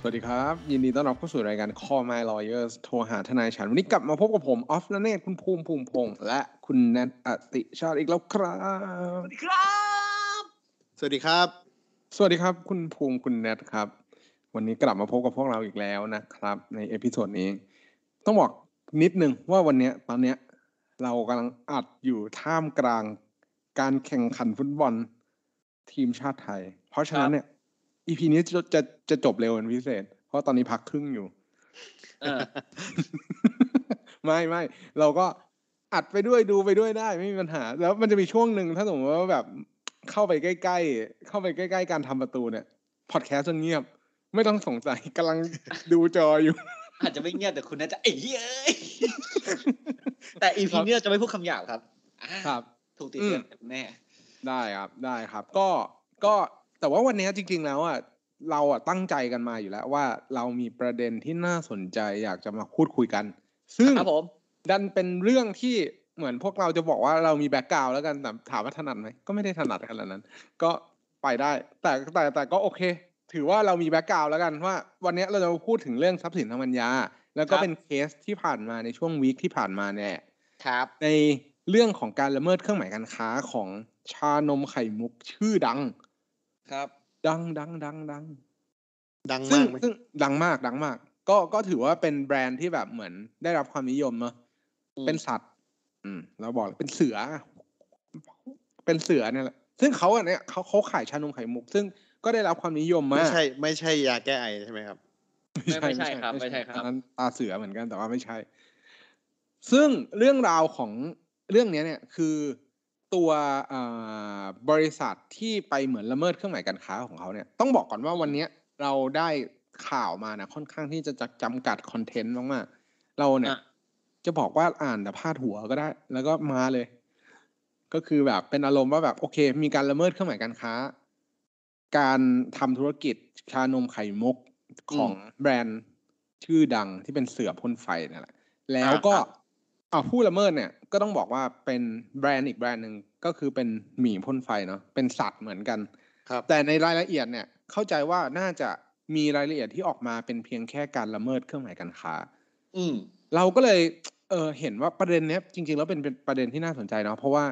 สวัสดีครับ ยินดีต้อนรับเข้าสู่รายการ Call My Lawyers โทรหาทนายฉัน วันนี้กลับมาพบกับผมออฟนเนตคุณภูมิภูมิพงษ์และคุณแนทอติชาติอีกแล้วครับ สวัสดีครับ สวัสดีครับ คุณภูมิคุณแนทครับ วันนี้กลับมาพบกับพวกเราอีกแล้วนะครับ ในเอพิโซดนี้ ต้องบอกนิดนึงว่าวันเนี้ยตอนเนี้ยเรากำลังอัดอยู่ท่ามกลางการแข่งขันฟุตบอลทีมชาติไทย เพราะฉะนั้นเนี่ยอีพีนี้จะจะจะจบเร็วเป็นพิเศษ เพราะตอนนี้พักครึ่งอยู่ เออ ไม่ไม่เราก็อัดไปด้วยดูไปด้วยได้ไม่มีปัญหา แล้วมันจะมีช่วงหนึ่งถ้าสมมติว่าแบบเข้าไปใกล้ๆ เข้าไปใกล้ๆ การทำประตูเนี่ยพอดแคสต์จะเงียบ ไม่ต้องสงสัยกำลังดูจออยู่ อาจจะไม่เงียบแต่คุณน่าจะเอ้ยเอ้ยแต่อีพีเนี้ยจะไม่พูดคำหยาบครับอ่า ครับ ถูกติดเตือนแน่ ได้ครับได้ครับ ก็ก็แต่ว่าวันเนี้ยจริง ๆ แล้วอ่ะเราอ่ะตั้งใจกันมาอยู่แล้วว่าเรามีประเด็นที่น่าสนใจอยากจะมาพูดคุยกัน ซึ่ง ครับผม ดันเป็นเรื่องที่เหมือนพวกเราจะบอกว่าเรามีแบ็กกราวแล้วกันแต่ถามว่าถนัดไหมก็ไม่ได้ถนัดขนาดนั้น ก็ไปได้ แต่แต่แต่ก็โอเค ถือว่าเรามีแบ็กกราวแล้วกันว่า วันเนี้ยเราจะมาพูดถึงเรื่องทรัพย์สินทางปัญญา แล้วก็ ครับ เป็นเคสที่ผ่านมาในช่วงวีคที่ผ่านมาเนี่ย ครับ ในเรื่องของการละเมิดเครื่องหมายการค้าของชานมไข่มุกชื่อดัง ครับ ดังดังดังดัง ดัง ซึ่ มาง กไหม ซึ่งดังมากดังมาก ก็ก็ถือว่าเป็นแบรนด์ที่แบบเหมือนได้รับความนิยมเนอะเป็นสัตว์ อืม เราบอกเลยเป็นเสือ เป็นเสือเนี่ยแหละซึ่งเขาอันเนี้ยเขาเขาขายชานมไข่มุก ซึ่งก็ได้รับความนิยมมา ไม่ ก ใช่ ไม่ใช่ยาแก้ไอใช่ไหมครับ ไม่ใช่ครับไม่ใช่ครับ อันนั้นตาเสือเหมือนกันแต่ว่าไม่ใช่ ซึ่งเรื่องราวของเรื่องเนี้ยเนี่ยคือตัวเอ่อบริษัทที่ไปเหมือนละเมิดเครื่องหมายการค้าของเขาเนี่ย ต้องบอกก่อนว่าวันเนี้ยเราได้ข่าวมานะค่อนข้างที่จะจำกัดคอนเทนต์มากๆเราเนี่ย อ่ะ จะบอกว่าอ่านแต่พาดหัวก็ได้ แล้วก็มาเลย ก็คือแบบเป็นอารมณ์ว่าแบบโอเค มีการละเมิดเครื่องหมายการค้า การทำธุรกิจชานมไข่มุกของแบรนด์ชื่อดังที่เป็นเสือพ่นไฟนั่นแหละ แล้วก็เอาผู้ละเมิดเนี่ย ก็ต้องบอกว่าเป็นแบรนด์อีกแบรนด์หนึ่งก็คือเป็นหมีพ่นไฟเนาะเป็นสัตว์เหมือนกัน ครับ แต่ในรายละเอียดเนี่ยเข้าใจว่าน่าจะมีรายละเอียดที่ออกมาเป็นเพียงแค่การละเมิดเครื่องหมายการค้า อืม เราก็เลยเออเห็นว่าประเด็นเนี้ยจริงๆแล้วเป็นเป็นประเด็นที่น่าสนใจเนาะเพราะว่า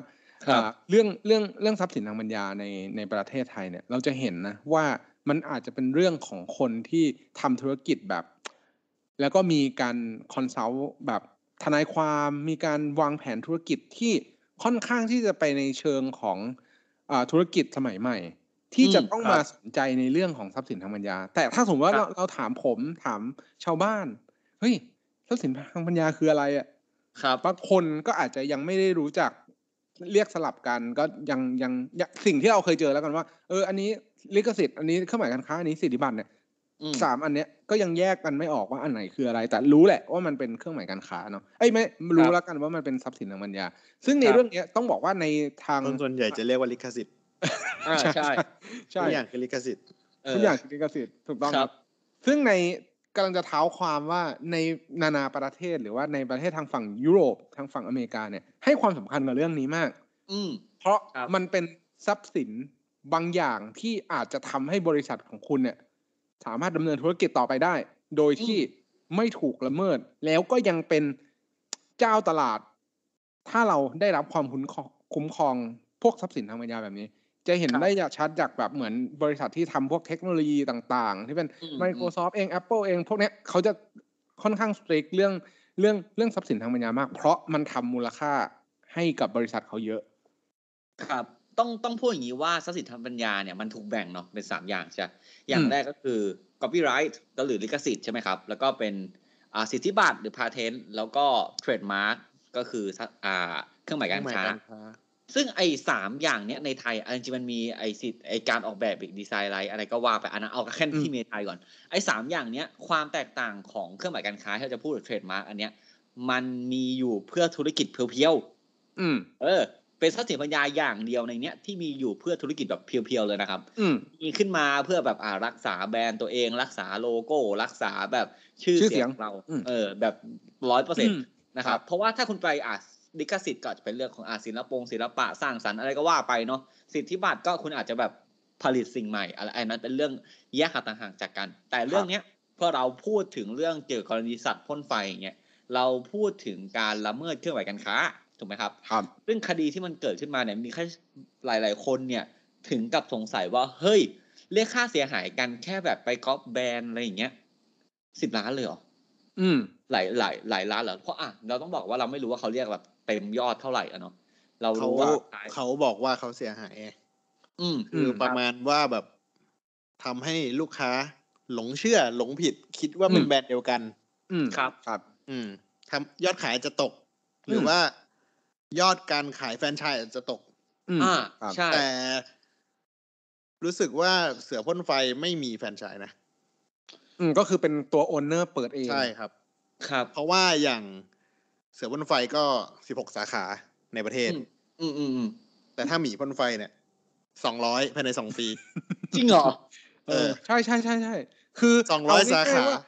ครับ อ่าเรื่องเรื่องเรื่องทรัพย์สินทางปัญญาในในประเทศไทยเนี่ยเราจะเห็นนะว่ามันอาจจะเป็นเรื่องของคนที่ทำธุรกิจแบบ แล้วก็มีการคอนซัลท์แบบทนายความมีการวางแผนธุรกิจที่ค่อนข้างที่จะไปในเชิงของอาธุรกิจสมัยใหม่ ที่ อืม จะต้อง ครับ มาสนใจในเรื่องของทรัพย์สินทางปัญญา แต่ถ้าสมมติว่าเราเราถามผมถามชาวบ้านเฮ้ย ทรัพย์สินทางปัญญาคืออะไรอ่ะ ครับ บางคนก็อาจจะยังไม่ได้รู้จัก เรียกสลับกันก็ยังยังยังสิ่งที่เราเคยเจอแล้วกันว่า เออ อันนี้ลิขสิทธิ์อันนี้เครื่องหมายการค้าอันนี้สิทธิบัตรเนี่ย อืม สามอันเนี้ยก็ยังแยกกันไม่ออกว่าอันไหนคืออะไร แต่รู้แหละว่ามันเป็นเครื่องหมายการค้าเนาะเอ้ยไม่รู้แล้วกันว่ามันเป็นทรัพย์สินทางปัญญา ซึ่งใน ครับ เรื่องเนี้ยต้องบอกว่าในทาง คนส่วนใหญ่จะเรียกว่าลิขสิทธิ์ อ่าใช่ ใช่ ทุกอย่างคือลิขสิทธิ์เ ทุกอย่างคือลิขสิทธิ์ถูกต้อง ค ค รั รับ บ ซึ่งในกำลังจะเท้าความว่าในนานาประเทศหรือว่าในประเทศทางฝั่งยุโรปทางฝั่งอเมริกาเนี่ยให้ความสำคัญกับเรื่องนี้มาก อืม เพราะ ครับ มันเป็นทรัพย์สินบางอย่างที่อาจจะทำให้บริษัทของคุณเนี่ย สามารถดำเนินธุรกิจต่อไปได้ โดยที่ไม่ถูกละเมิด แล้วก็ยังเป็นเจ้าตลาด ถ้าเราได้รับความคุ้มครองคุ้มครองพวกทรัพย์สินทางปัญญาแบบนี้ จะเห็นได้จากชัดจากแบบเหมือนบริษัทที่ทำพวกเทคโนโลยีต่างๆ ที่เป็น อืม Microsoft เอง Apple เอง พวกเนี้ยเขาจะค่อนข้างสตรีกเรื่องเรื่องเรื่องทรัพย์สินทางปัญญามาก เพราะมันทำมูลค่าให้กับบริษัทเขาเยอะ ครับ ต้องต้องพูดอย่างนี้ว่าทรัพย์สินทางปัญญาเนี่ยมันถูกแบ่งเนาะเป็นสามอย่างใช่ อย่าง อืม แรกก็คือ copyright ก็หรือลิขสิทธิ์ใช่ไหมครับ แล้วก็เป็นอ่าสิทธิบัตรหรือ patent แล้วก็ trademark ก็คืออ่าเครื่องหมายการค้า ซึ่งไอ้สามอย่างเนี้ยในไทยอันจริงๆมันมีไอ้สิทธิ์ไอ้การออกแบบอีกดีไซน์อะไรอะไรก็ว่าไปอันนั้นเอาแค่ที่เมไทยก่อนไอ้สามอย่างเนี้ยความแตกต่างของเครื่องหมายการค้าที่เราจะพูดหรือเทรดมาร์กอันเนี้ยมันมีอยู่เพื่อธุรกิจเพียว อืม ๆเออ เป็นทรัพย์สินปัญญาอย่างเดียวในเนี้ยที่มีอยู่เพื่อธุรกิจแบบเพียวๆเลยนะครับ อืม มีขึ้นมาเพื่อแบบอ่ารักษาแบรนด์ตัวเอง รักษาโลโก้ รักษาแบบชื่อ ชื่อเสี เสีย ย ง ง ของเรา อืม เออ แบบร้อยเปอร์เซ็น อื ต์ ม นะครับ เพราะว่าถ้าคุณไปอ่ะลิขสิทธิ์ก็อาจจะเป็นเรื่องของอาศิลปงศิลปะสร้างสรรค์อะไรก็ว่าไปเนาะสิทธิบัตรก็คุณอาจจะแบบผลิตสิ่งใหม่อะไรอันนั้นเป็นเรื่องแยกขาต่างหากจากกัน แต่เรื่องเนี้ยพอเราพูดถึงเรื่องเกี่ยวกับกรณีสัตว์พ่นไฟอย่างเงี้ยเราพูดถึงการละเมิดเครื่องหมายการค้าถูกไหมครับ ครับ ซึ่งคดีที่มันเกิดขึ้นมาเนี่ยมีแค่หลาย ๆ คนเนี่ยถึงกับสงสัยว่าเฮ้ย เรียกค่าเสียหายกันแค่แบบไปก๊อปแบรนด์อะไรอย่างเงี้ยสิบล้านเลยเหรอ อืม หลายหลายหลายล้านเหรอเพราะอ่ะเราต้องบอกว่าเราไม่รู้ว่าเขาเรียกแบบเต็มยอดเท่าไหร่อะเนาะเรา เขา รู้ว่า เขาบอกว่าเขาเสียหายไง อืม คือประมาณว่าแบบทำให้ลูกค้าหลงเชื่อหลงผิด คิดว่าเป็น อืม แบรนด์เดียวกัน อืม ครับ ครับ อืมทำยอดขายอาจจะตก หรืออ ม ว่ายอดการขายแฟรนไชส์อาจจะตก อืม อ่า ครับ ใช่ แต่ รู้สึกว่าเสือพ่นไฟไม่มีแฟรนไชส์นะ อืม ก็คือเป็นตัวโอนเนอร์เปิดเอง ใช่ครับ ครับ เพราะว่าอย่างเสือพ่นไฟก็สิบหกสาขาในประเทศ อื อืมอืมอืม แต่ถ้าหมีพ่นไฟเนี่ยสองร้อยภายในสองปี จริงเหรอ เออ ใช่ใช่ใช่ใช่คือ สองร้อย เง่ๆ สาขา ว่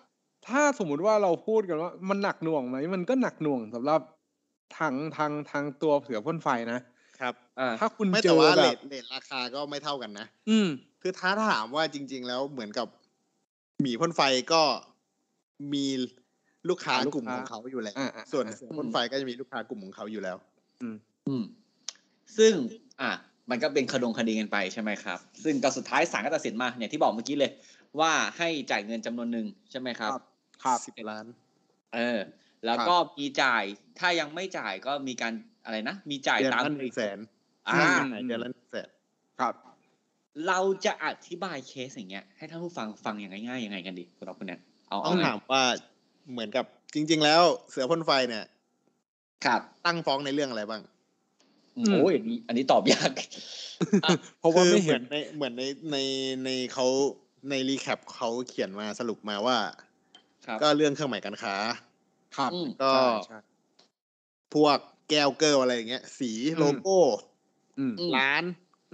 ถ้าสมมุติว่าเราพูดกันว่า มันหนักหน่วงไหม มันก็หนักหน่วงสำหรับทางทางทางตัวเสือพ่นไฟนะ ครับ อ่า ถ้าคุณ ไม่ เจ แต่ อ ว่า แบ เล บ ทเลทราคาก็ไม่เท่ากันนะ อืม คือถ้าถามว่าจริง ๆ แล้วเหมือนกับหมีพ่นไฟก็มีลูกค้ากลุ่มของเขาอยู่แล้ว อ่าอ่า ส่วนเสือพ่นไฟก็จะมีลูกค้ากลุ่มของเขาอยู่แล้ว อืมซึ่งอ่ะมันก็เป็นขดงคดีกันไปใช่ไหมครับ ซึ่งก็สุดท้ายศาลก็ตัดสินมาเนี่ยที่บอกเมื่อกี้เลย ว่าให้จ่ายเงินจำนวนหนึ่งใช่ไหมครับ ครับ ครับ สิบล้าน เออ แล้วก็มีจ่ายถ้ายังไม่จ่ายก็มีการอะไรนะ มีจ่าย เดือน ตาม ละหนึ่งแสน อ่า เดือนละหนึ่งแสน ครับ เราจะอธิบายเคสอย่างเงี้ยให้ท่านผู้ฟังฟังอย่างง่ายๆยังไงกันดีสำหรับคุณเนี่ยเอา ต้อง เไ ถามว่าเหมือนกับจริง ๆ แล้วเสือพ่นไฟเนี่ย ครับ ตั้งฟ้องในเรื่องอะไรบ้าง อืมโอ้ยอันนี้อันนี้ตอบยาก เพราะว่า คือ ไม่ เหมื เห็ อน นในเหมือนในในในเขาในรีแคปเขาเขียนมาสรุปมาว่า ครับ ก็เรื่องเครื่องหมายการค้า ครับ อืม ก็ ใช่ใช่ พวกแก้วเกลวอะไรอย่างเงี้ย สี อืม โลโก้ อืม อืม ร้าน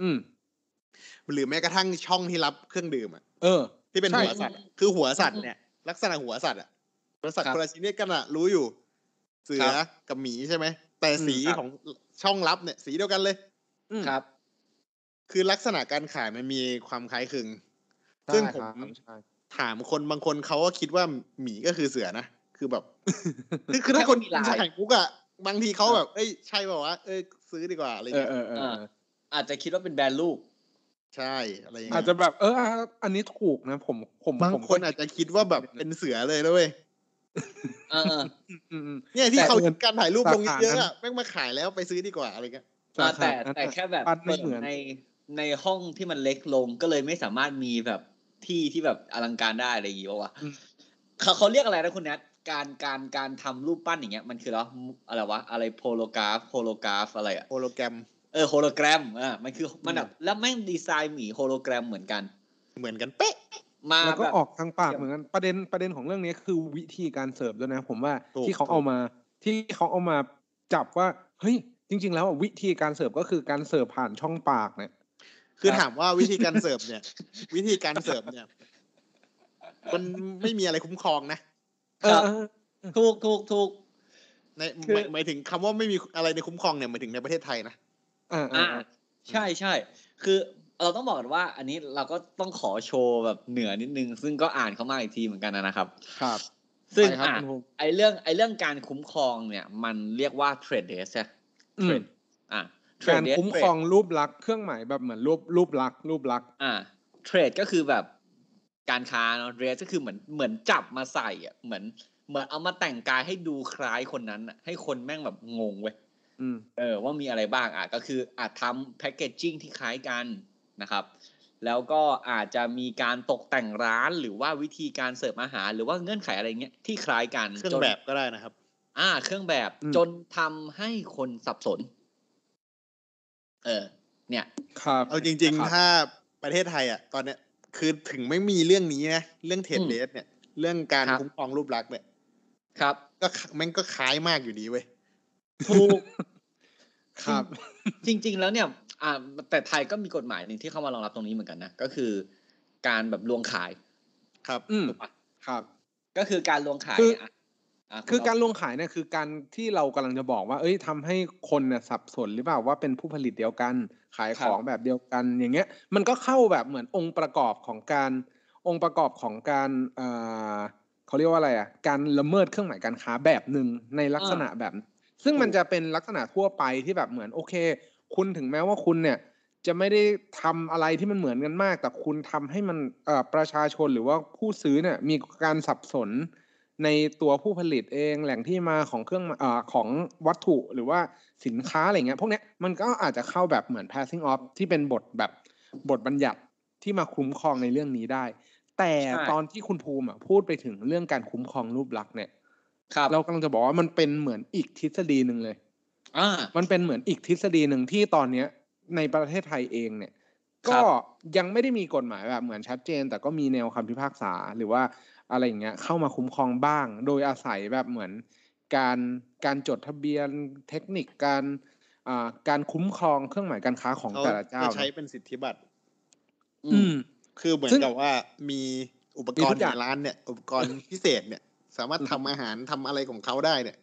อืม หรือแม้กระทั่งช่องที่รับเครื่องดื่มอะ เออ ที่เป็น ใช่ หัวสัตว์อะคือหัวสัตว์เนี่ย ลักษณะหัวสัตว์อะหัวสัต ค ว์ รับ คนละชนิดกันอะรู้อยู่ เสือ ครับ กับหมีใช่ไหมแต่สี ครับ ของช่องรับเนี่ย สีเดียวกันเลย อืม ครับ คือลักษณะการขายมันมีความคล้ายคลึง ใช่ ซึ่ง ค ผม รับใช่ ถามคนบางคนเขาก็คิดว่าหมีก็คือเสือนะ คือแบบ คือคือถ้าคน มีลาย ขายมุกอะบางทีเขาแบบ เอ้ยใช่เปล่าวะเอ้ยซื้อดีกว่าอะไร เออ เงี้ย เออเออเออ อาจจะคิดว่าเป็นแบรนด์ลูก ใช่อะไรอย่าง อา เงี้ จ ย จะแบบ เอออ่ะอันนี้ถูกนะ ผม ผม บาง ผม คนอาจจะคิดว่าแบบเป็นเสือเลยนะเว้ย เออ อืมอืม เนี่ยที่ แต่ เขาการถ่ายรูปลง ราคา เยอะๆ นั้ อะ น แม่งมาขายแล้วไปซื้อดีกว่าอะไรเงี้ย อ่าแต่ สาขา แต่แค่แบบ ปั้นไม่ เปิด เหมือน ในในห้องที่มันเล็กลงก็เลยไม่สามารถมีแบบที่ที่แบบอลังการได้อะไรอย่างงี้ปะวะ อืม เขาเขาเรียกอะไรนะคุณแนทการการการทำรูปปั้นอย่างเงี้ยมันคือแล้วอะไรวะอะไรโพโลกราฟโฮโลกราฟอะไรอะ โฮโลแกรม เออโฮโลแกรมอ่ะมันคือมันแบบแล้วแม่งดีไซน์หมีโฮโลแกรมเหมือนกัน เหมือนกันเป๊ะ มา แล้วก็ แบบ ออกทางปากเหมือนกันประเด็นประเด็นของเรื่องนี้คือวิธีการเสิร์ฟด้วยนะ ผมว่า ถูก ที่เขาเอามาที่เขาเอามาจับว่าเฮ้ยจริง ๆ แล้วอะวิธีการเสิร์ฟก็คือการเสิร์ฟผ่านช่องปากเนี่ย คือถามว่าวิธีการเสิร์ฟเนี่ย วิธีการเสิร์ฟเนี่ย มันไม่มีอะไรคุ้มครองนะ ครับ ถูกถูกถูก ใน คือ หมายหมายถึงคำว่าไม่มีอะไรในคุ้มครองเนี่ยหมายถึงในประเทศไทยนะ อ่า อ่า อ่า ใช่ใช่คือเราต้องบอกก่อนว่า อันนี้เราก็ต้องขอโชว์แบบเหนือนิดนึง ซึ่งก็อ่านเขามาอีกทีเหมือนกันนะครับ ครับ ซึ่ง ไปครับ อ่ะ คุณภูมิ ไอเรื่องไอเรื่องการคุ้มครองเนี่ยมันเรียกว่าเทรดเดสใช่ไหม อืม อ่ะ การ trade dress คุ้มครองรูปลักษณ์เครื่องหมายแบบเหมือนรูปรูปลักษณ์รูปลักษณ์ อ่าเทรดก็คือแบบการค้าเนาะเดรสก็คือเหมือนเหมือนจับมาใส่อ่ะเหมือนเหมือนเอามาแต่งกายให้ดูคล้ายคนนั้นอ่ะให้คนแม่งแบบงงเว้ย อืม เออว่ามีอะไรบ้างอ่ะก็คืออาจทำแพคเกจจิ้งที่คล้ายกันนะครับ แล้วก็อาจจะมีการตกแต่งร้านหรือว่าวิธีการเสิร์ฟอาหารหรือว่าเงื่อนไขอะไรเงี้ยที่คล้ายกัน เครื่อง จน แบบก็ได้นะครับ อ่า เครื่องแบบ อืม จนทำให้คนสับสน เออ เนี่ย ครับ เอาจริง คบ ๆ ถ้าประเทศไทยอ่ะ ตอนเนี้ยคือถึงไม่มีเรื่องนี้นะ เรื่องเทรดเดสเนี่ย เรื่องการ ครับ คุ้มครองรูปลักษณ์เนี่ย ครับ ก็แม่งก็คล้ายมากอยู่ดีเว้ย ถูก ครับ จริง ๆ แล้วเนี่ย อ่า แต่ไทยก็มีกฎหมายหนึ่งที่เข้ามารองรับตรงนี้เหมือนกันนะ ก็คือ การแบบลวงขาย ครับ อืมครับ ก็คือการลวงขาย คืออ่ ะะ คือ ณ การลงขายเนี่ยคือการที่เรากำลังจะบอกว่า เอ้ยทำให้คนเนี่ยสับสนหรือเปล่าว่าเป็นผู้ผลิตเดียวกัน ขายของแบบเดียวกันอย่างเงี้ย มันก็เข้าแบบเหมือนองค์ประกอบของการองค์ประกอบของการเอ่อเขาเรียกว่าอะไรอ่ะการละเมิดเครื่องหมายการค้าแบบหนึ่งในลักษณะแบบ ซึ่งมันจะเป็นลักษณะทั่วไปที่แบบเหมือนโอเค คุณถึงแม้ว่าคุณเนี่ย จะไม่ได้ทำอะไรที่มันเหมือนกันมาก แต่คุณทำให้มันเอ่อประชาชนหรือว่าผู้ซื้อเนี่ยมีการสับสน ในตัวผู้ผลิตเองแหล่งที่มาของเครื่องเออของวัตถุหรือว่าสินค้าอะไรเงี้ยพวกเนี้ยมันก็อาจจะเข้าแบบเหมือน passing off ที่เป็นบทแบบบทบัญญัติที่มาคุ้มครองในเรื่องนี้ได้ แต่ตอนที่คุณภูมิอ่ะพูดไปถึงเรื่องการคุ้มครองรูปลักษณ์เนี่ย ครับ เรากำลังจะบอกว่ามันเป็นเหมือนอีกทฤษฎีหนึ่งเลย อ่า มันเป็นเหมือนอีกทฤษฎีหนึ่งที่ตอนเนี้ยในประเทศไทยเองเนี่ย ครับ ก็ยังไม่ได้มีกฎหมายแบบเหมือนชัดเจน แต่ก็มีแนวคำพิพากษาหรือว่าอะไรอย่างเงี้ยเข้ามาคุ้มครองบ้าง โดยอาศัยแบบเหมือนการการจดทะเบียนเทคนิคการอ่าการคุ้มครองเครื่องหมายการค้าของ เขา แต่ละเจ้า จะ นะ ใช้เป็นสิทธิบัตร อืม คือเหมือ ซึ่ น ง กับว่ามีอุปก มี ร ทุ ณ์ กอย่าง ในร้านเนี่ย อุป กรณ์พิเศษเนี่ย สามารถทำอาหารทำอะไรของเขาได้เนี่ย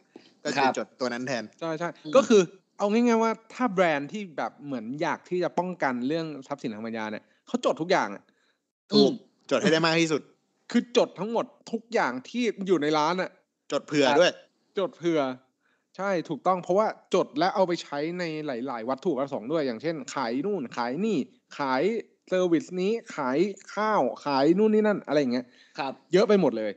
ก็คืคอรับ จดตัวนั้นแทน ใช่ใช่ อืม ก็คือเอาง่ายๆว่าถ้าแบรนด์ที่แบบเหมือนอยากที่จะป้องกันเรื่องทรัพย์สินทางปัญญาเนี่ยเขาจดทุกอย่างอะ ถูอืกม จดให้ได้มากที่สุด คือจดทั้งหมดทุกอย่างที่อยู่ในร้านอะ จดเผื่อ ครับ ด้วย จดเผื่อ ใช่ถูกต้องเพราะว่าจดและเอาไปใช้ในหลาย ๆ วัตถุประสงค์ด้วยอย่างเช่น ขายนู่นขายนี่ ขายเซอร์วิสนี้ขายข้าวขายนู่นนี่นั่นอะไรอย่างเงี้ย ครับ เยอะไปหมดเลย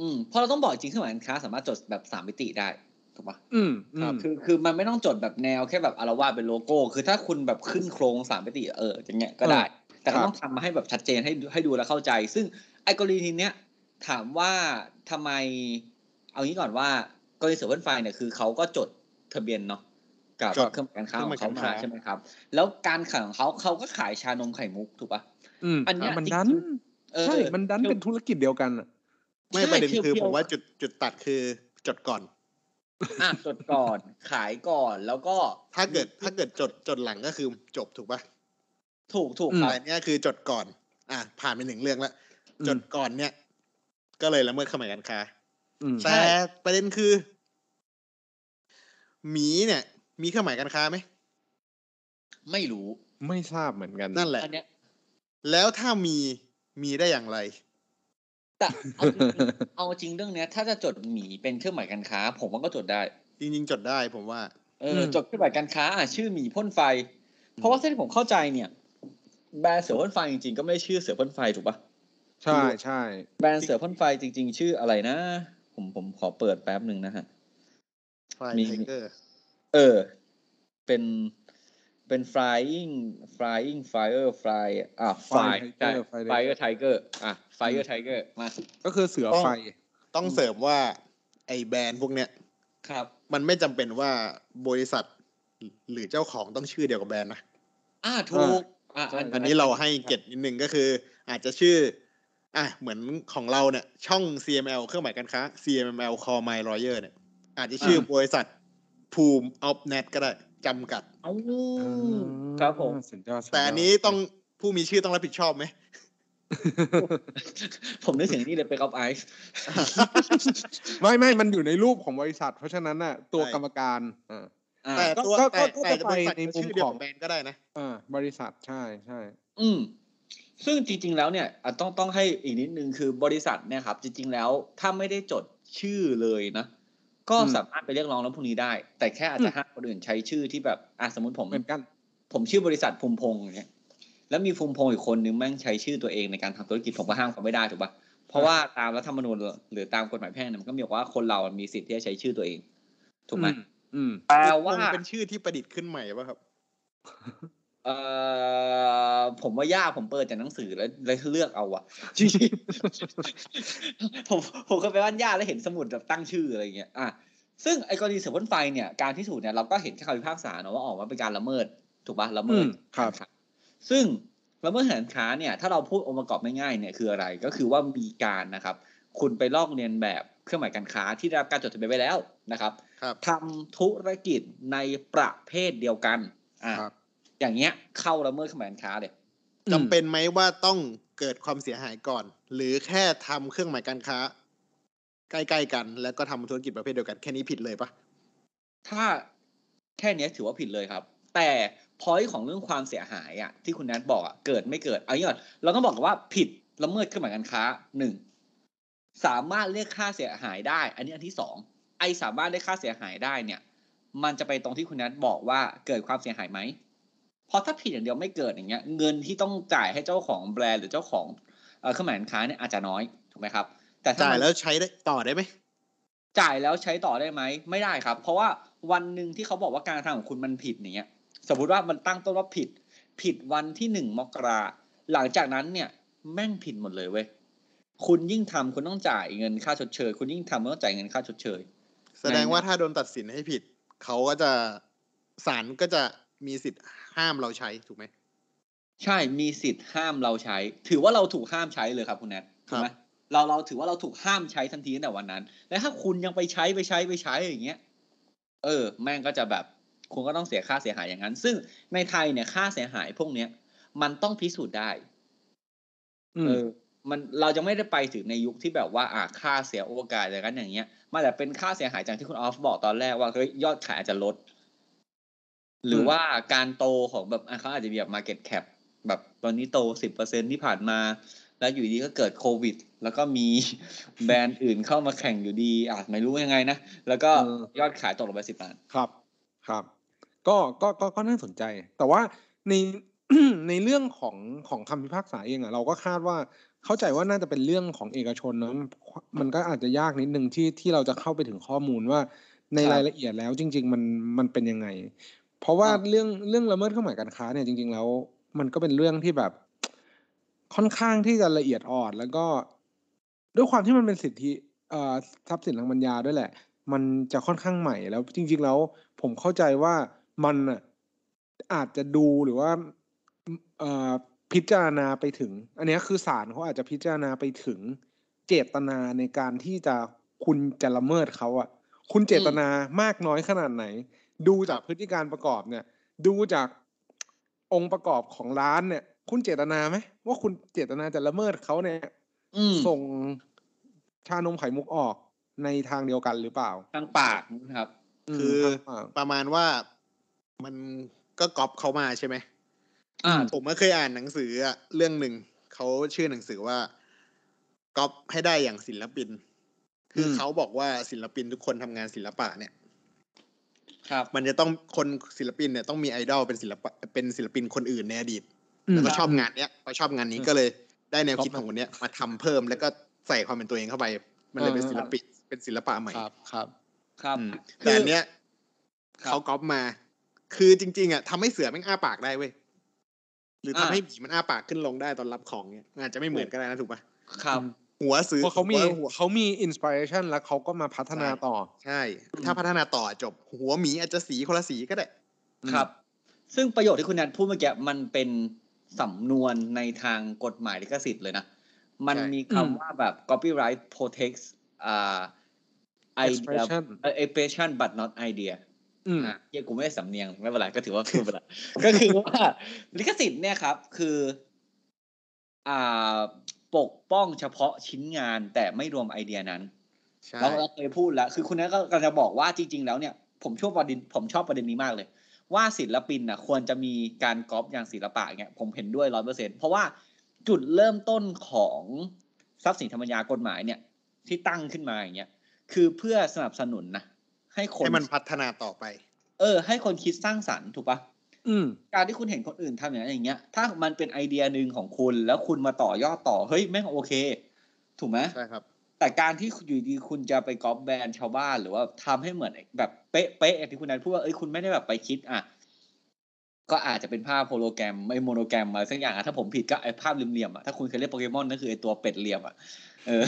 อืมเพราะเราต้องบอกจริงเครื่องหมายการค้าสามารถจดแบบสามมิติได้ถูกปะ อืมอืม คือคือมันไม่ต้องจดแบบแนวแค่แบบอารวาสเป็นโลโก้ คือถ้าคุณแบบขึ้นโครงสามมิติเอออย่างเงี้ยก็ได้ แต่ก็ต้องทำมาให้แบบชัดเจนให้ให้ดูและเข้าใจ ซึ่งไอ้กรณีเนี้ยถามว่าทำไม เอางี้ก่อนว่ากรณีเสือเว่นไฟเนี่ยคือเขาก็จดทะเบียนเนาะกับ จด เครื่องหมายการค้าของเขา เครื่องมาหมายการค้า ใช่ไหมครับ แล้วการขายของเขาเขาก็ขายชานมไข่มุกถูกปะ อืม อันเนี้ย มัน จริงๆ ดัน เออ ใช่มันดันเป็นธุรกิจเดียวกันอะ ไม่ ใช่ ประเด็นคือ เพียวๆ ผมว่าจุดจุดตัดคือจดก่อน อ่ะจดก่อนขายก่อนแล้วก็ ถ้าเกิดถ้าเกิดจดจดหลังก็คือจบถูกป่ะ ถูกถูกครับ แต่เนี้ยคือจดก่อน อ่ะผ่านไปหนึ่งเรื่องละ อืม จดก่อนเนี่ย ก็เลยละเมิดข้อหมายการค้า อืม แต่ประเด็นคือหมีเนี่ย มีเครื่องหมายการค้าไหม ไม่รู้ ไม่ทราบเหมือนกัน นั่นแหละ อันเนี้ย แล้วถ้ามีมีได้อย่างไร แต่เอาจริงๆเอาจริงเรื่องเนี้ย ถ้าจะจดหมีเป็นเครื่องหมายการค้า ผมว่าก็จดได้ จริงๆจดได้ผมว่า เอออจดเครื่องหมายการค้าอ่ะชื่อหมีพ่นไฟ เพราะว่าเท่าที่ผมเข้าใจเนี่ยแบรนด์เสือพ่นไฟจริงๆก็ไม่ได้ชื่อเสือพ่นไฟถูกปะ ใช่ใช่ แบรนด์เสือพ่นไฟจริง ๆ ชื่ออะไรนะ ผมผมขอเปิดแป๊บหนึ่งนะฮะ ไฟล์ มี ไทเกอร์ เออ เป็นเป็น flying flying fire fly อ่ะ fly ใช่ fire tiger อ่ะ fire tiger มา ก็คือเสือไฟ ต้องเสริมว่า ไอแบรนด์พวกเนี้ย ครับ มันไม่จำเป็นว่าบริษัท หรือเจ้าของต้องชื่อเดียวกับแบรนด์นะ อ่าถูกอ่า อันนี้เราให้เกียรตินิดนึงก็คือ อาจจะชื่อ อ่ะเหมือนของเราเนี่ย ช่อง CML เครื่องหมายการค้า CML Call My Lawyer เนี่ย อาจจะชื่อบริษัทภูมิออฟเน็ตก็ได้จำกัด เอาครับผม สุดยอดสุดยด แต่อันนี้ต้องผู้มีชื่อต้องรับผิดชอบไหม ผมนึกถึงนี่เลยเป็นออฟไอซ์ ไม่ไม่มันอยู่ในรูปของบริษัท เพราะฉะนั้นน่ะตัว ใช่ กรรมการอ่า อ่า แต่ตัว ก็ แต่ ก็ แต่ จะ บ ไป ริษัท ในมุม ชื่อเดียว ของ กับแบรนด์ก็ได้นะ อ่าบริษัทใช่ใช่ อืม ซึ่งจริง ๆ แล้วเนี่ยอ่ะต้องต้องให้อีกนิดนึงคือบริษัทเนี่ยครับ จริง ๆ แล้วถ้าไม่ได้จดชื่อเลยนะ ก็สามารถไปเรียกร้องเรื่องพวกนี้ได้ แต่แค่อาจจะห้ามคนอื่นใช้ชื่อที่แบบอ่ะสมมติผม เหมือนกัน ผมชื่อบริษัทภูมิพงษ์อย่างเงี้ย แล้วมีภูมิพงษ์อีกคนนึงแม่งใช้ชื่อตัวเองในการทำธุรกิจผมก็ห้ามเขาไม่ได้ถูกปะเพราะว่าตามรัฐธรรมนูญหรือตามกฎหมายแพ่งเนี่ยมันก็มีบอกว่าคนเรามีสิทธิ์ที่จะใช้ชื่อตัวเองถูกไหม อืม อืม แปล ว่า ว่า เป็นชื่อที่ประดิษฐ์ขึ้นใหม่ป่ะครับ เอ่อผมว่ายากผมเปิดจากหนังสือแล้วแล้วเลือกเอาอะ จริงๆผมผมเคยไปบ้านญาติแล้วเห็นสมุดแบบตั้งชื่ออะไรอย่างเงี้ยอ่ะซึ่งไอ้กรณีเสือพ่นไฟเนี่ยการที่สุดเนี่ยเราก็เห็นแค่คำพิพากษาเนอะว่าออกมาเป็นการละเมิด ถูกปะละ อื เมิด มครับ กาาซึ่งละเมิดการค้าเนี่ย ถ้าเราพูดองค์ประกอบง่ายๆเนี่ยคืออะไรก็คือว่ามีการนะครับ คุณไปลอกเลียนแบบเครื่องหมายการค้าที่ได้รับการจดทะเบียนไว้แล้วนะครับ ครับ ทำธุรกิจในประเภทเดียวกันอ่ะ ครับ อย่างเงี้ยเข้าละเมิดเครื่องหมายการค้าเลย จำเป็นไหมว่าต้องเกิดความเสียหายก่อน หรือแค่ทำเครื่องหมายการค้า ใกล้ๆกัน แล้วก็ทำธุรกิจประเภทเดียวกันแค่นี้ผิดเลยปะ ถ้าแค่เนี้ยถือว่าผิดเลยครับ แต่พอยของเรื่องความเสียหายอ่ะที่คุณแนทบอกอ่ะเกิดไม่เกิดเอางี้ก่อนเราต้องบอกก่อนว่าผิดละเมิดเครื่องหมายการค้าหนึ่งสามารถเรียกค่าเสียหายได้ อันนี้อันที่สองไอสามารถเรียกค่าเสียหายได้เนี่ย มันจะไปตรงที่คุณแนทบอกว่าเกิดความเสียหายไหมเพราะถ้าผิดอย่างเดียวไม่เกิดอย่างเงี้ย เงินที่ต้องจ่ายให้เจ้าของแบรนด์หรือเจ้าของเอ่อเครื่องหมายการค้าเนี่ยอาจจะน้อยถูกไหมครับ แต่ถ้า จ่าย มัน แล้วใช้ได้ต่อได้ไหม จ่ายแล้วใช้ต่อได้ไหมไม่ได้ครับ เพราะว่าวันหนึ่งที่เขาบอกว่าการกระทำของคุณมันผิดอย่างเนี้ยสมมติว่ามันตั้งต้นว่าผิด ผิดวันที่หนึ่งมกราหลังจากนั้นเนี่ยแม่งผิดหมดเลยเว้ยคุณยิ่งทำคุณต้องจ่ายเงินค่าชดเชยคุณยิ่งทำคุณต้องจ่ายเงินค่าชดเชย แสดงว่าถ้าโดนตัดสินให้ผิด เขาก็จะศาลก็จะมีสิทธิ์ห้ามเราใช้ถูกไหม ใช่มีสิทธิ์ห้ามเราใช้ ถือว่าเราถูกห้ามใช้เลยครับคุณแนทถูกไหม ครับ เราเราถือว่าเราถูกห้ามใช้ทันทีตั้งแต่วันนั้น และถ้าคุณยังไปใช้ไปใช้ไปใช้อย่างเงี้ย เออ แม่งก็จะแบบ คุณก็ต้องเสียค่าเสียหายอย่างนั้น ซึ่งในไทยเนี่ยค่าเสียหายพวกเนี้ย มันต้องพิสูจน์ได้ อืม เออ มันเราจะไม่ได้ไปถึงในยุคที่แบบว่าอ่าค่าเสียโอกาสอย่างนั้นอย่างเงี้ยมันแต่เป็นค่าเสียหายจากที่คุณออฟบอกตอนแรกว่าเฮ้ยยอดขายอาจจะลด หรือว่าการโตของแบบอ่ะเขาอาจจะมีแบบ market cap แบบตอนนี้โตสิบเปอร์เซ็นที่ผ่านมา แล้วอยู่ดีก็เกิดโควิด แล้วก็มี แบรนด์อื่นเข้ามาแข่งอยู่ดีอาจไม่รู้ยังไงนะ แล้วก็ เออ ยอดขายตกลงไปสิบล้าน ครับครับ ก็ก็ก็ก็น่าสนใจ แต่ว่าใน ในเรื่องของของคำพิพากษาเองอะเราก็คาดว่าเข้าใจว่าน่าจะเป็นเรื่องของเอกชนนะมันมันก็อาจจะยากนิดนึงที่ที่เราจะเข้าไปถึงข้อมูลว่าใน ครับ รายละเอียดแล้วจริง ๆ มันมันเป็นยังไง เพราะว่า ครับ เรื่องเรื่องละเมิดเครื่องหมายการค้าเนี่ยจริง ๆ แล้ว มันก็เป็นเรื่องที่แบบ ค่อนข้างที่จะละเอียดอ่อนแล้วก็ ด้วยความที่มันเป็นสิทธิเอ่อทรัพย์สินทางปัญญาด้วยแหละ มันจะค่อนข้างใหม่แล้วจริง ๆ แล้วผมเข้าใจว่ามันอ่ะอาจจะดูหรือว่าเอ่อพิจารณาไปถึง อันเนี้ยคือศาลเขาอาจจะพิจารณาไปถึงเจตนาในการที่จะคุณจะละเมิดเขาอ่ะ คุณเจตนามากน้อยขนาดไหน ดูจากพฤติการประกอบเนี่ย ดูจากองค์ประกอบของร้านเนี่ย คุณเจตนาไหมว่าคุณเจตนาจะละเมิดเขาเนี่ย อืม ส่งชานมไข่มุกออกในทางเดียวกันหรือเปล่า ทางปากนะครับ ม คือ ทาง ประมาณว่ามันก็ก๊อปเขามาใช่ไหม อ่า ผมก็เคยอ่านหนังสืออะเรื่องหนึ่งเขาชื่อหนังสือว่าก๊อปให้ได้อย่างศิลปิน คือเขาบอกว่าศิลปินทุกคนทำงานศิลปะเนี่ย ครับ มันจะต้องคนศิลปินเนี่ยต้องมีไอดอลเป็นศิลปะเป็นศิลปินคนอื่นในอดีต อืม แล้วก็ชอบงานเนี้ยพอชอบงานนี้ก็เลยได้แนวคิด ครับ ของคนเนี้ยมาทำเพิ่มแล้วก็ใส่ความเป็นตัวเองเข้าไป มันเลยเป็นศิลปินเป็นศิลปะใหม่ ครับครับ ครับ อืม คือ แต่อันเนี้ย ครับ เขาก๊อปมา คือจริง ๆอ่ะทำให้เสือแม่งอ้าปากได้เว้ยหรือทำให้หมีมันอ้าปากขึ้นลงได้ตอนรับของเนี้ยมันอาจจะไม่เหมือนก็ได้นะถูกปะ ครับ หัวเสือ เพราะเขามี หัวหัว เขามีอินสปิเรชันแล้วเขาก็มาพัฒนา ใช่ ต่อ ใช่ ถ้าพัฒนาต่อจบ หัวหมีอาจจะสีคนละสีก็ได้ ครับ ซึ่งประโยชน์ที่คุณแอนพูดเมื่อกี้มันเป็นสำนวนในทางกฎหมายลิขสิทธิ์เลยนะ มัน ใช่ มี อืม คำว่าแบบ copyright protects อ่า idea expression uh, expression but not idea อืม อ่ะเหี้ยังกูไม่ได้สำเนียง ไม่เป็นไรก็ถือว่าพูดไปละ ก็คือว่าลิขสิทธิ์เนี่ยครับ คือ อ่าปกป้องเฉพาะชิ้นงานแต่ไม่รวมไอเดียนั้น ใช่ เราเราเคยพูดแล้ว คือคุณนั้นก็กำลังจะบอกว่าจริง ๆ แล้วเนี่ย ผมชอบประเด็นผมชอบประเด็นนี้มากเลย ว่าศิลปินน่ะควรจะมีการก๊อปอย่างศิลปะเนี่ยผมเห็นด้วยร้อยเปอร์เซ็นเพราะว่าจุดเริ่มต้นของทรัพย์สินธรรมปัญญากฎหมายเนี่ย ที่ตั้งขึ้นมาอย่างเงี้ยคือเพื่อสนับสนุนนะให้คน ให้มันพัฒนาต่อไป เออ ให้คนคิดสร้างสรรค์ถูกปะ อืม การที่คุณเห็นคนอื่นทำอย่างนั้นอย่างเงี้ย ถ้ามันเป็นไอเดียหนึ่งของคุณแล้วคุณมาต่อยอดต่อเฮ้ยแม่งโอเค ถูกไหม ใช่ครับ แต่การที่อยู่ดีคุณจะไปก๊อปแบรนด์ชาวบ้านหรือว่าทำให้เหมือนแบบเป๊ะๆอย่างที่คุณนันพูดว่าเอ้ยคุณไม่ได้แบบไปคิดอ่ะก็อาจจะเป็นภาพโฮโลแกรมไม่โมโนแกรมอะไรสักอย่างอ่ะถ้าผมผิดก็ไอ้ภาพเหลี่ยมๆอ่ะถ้าคุณเคยเล่นโปเกมอนนั่นคือไอ้ตัวเป็ดเหลี่ยมอ่ะเออ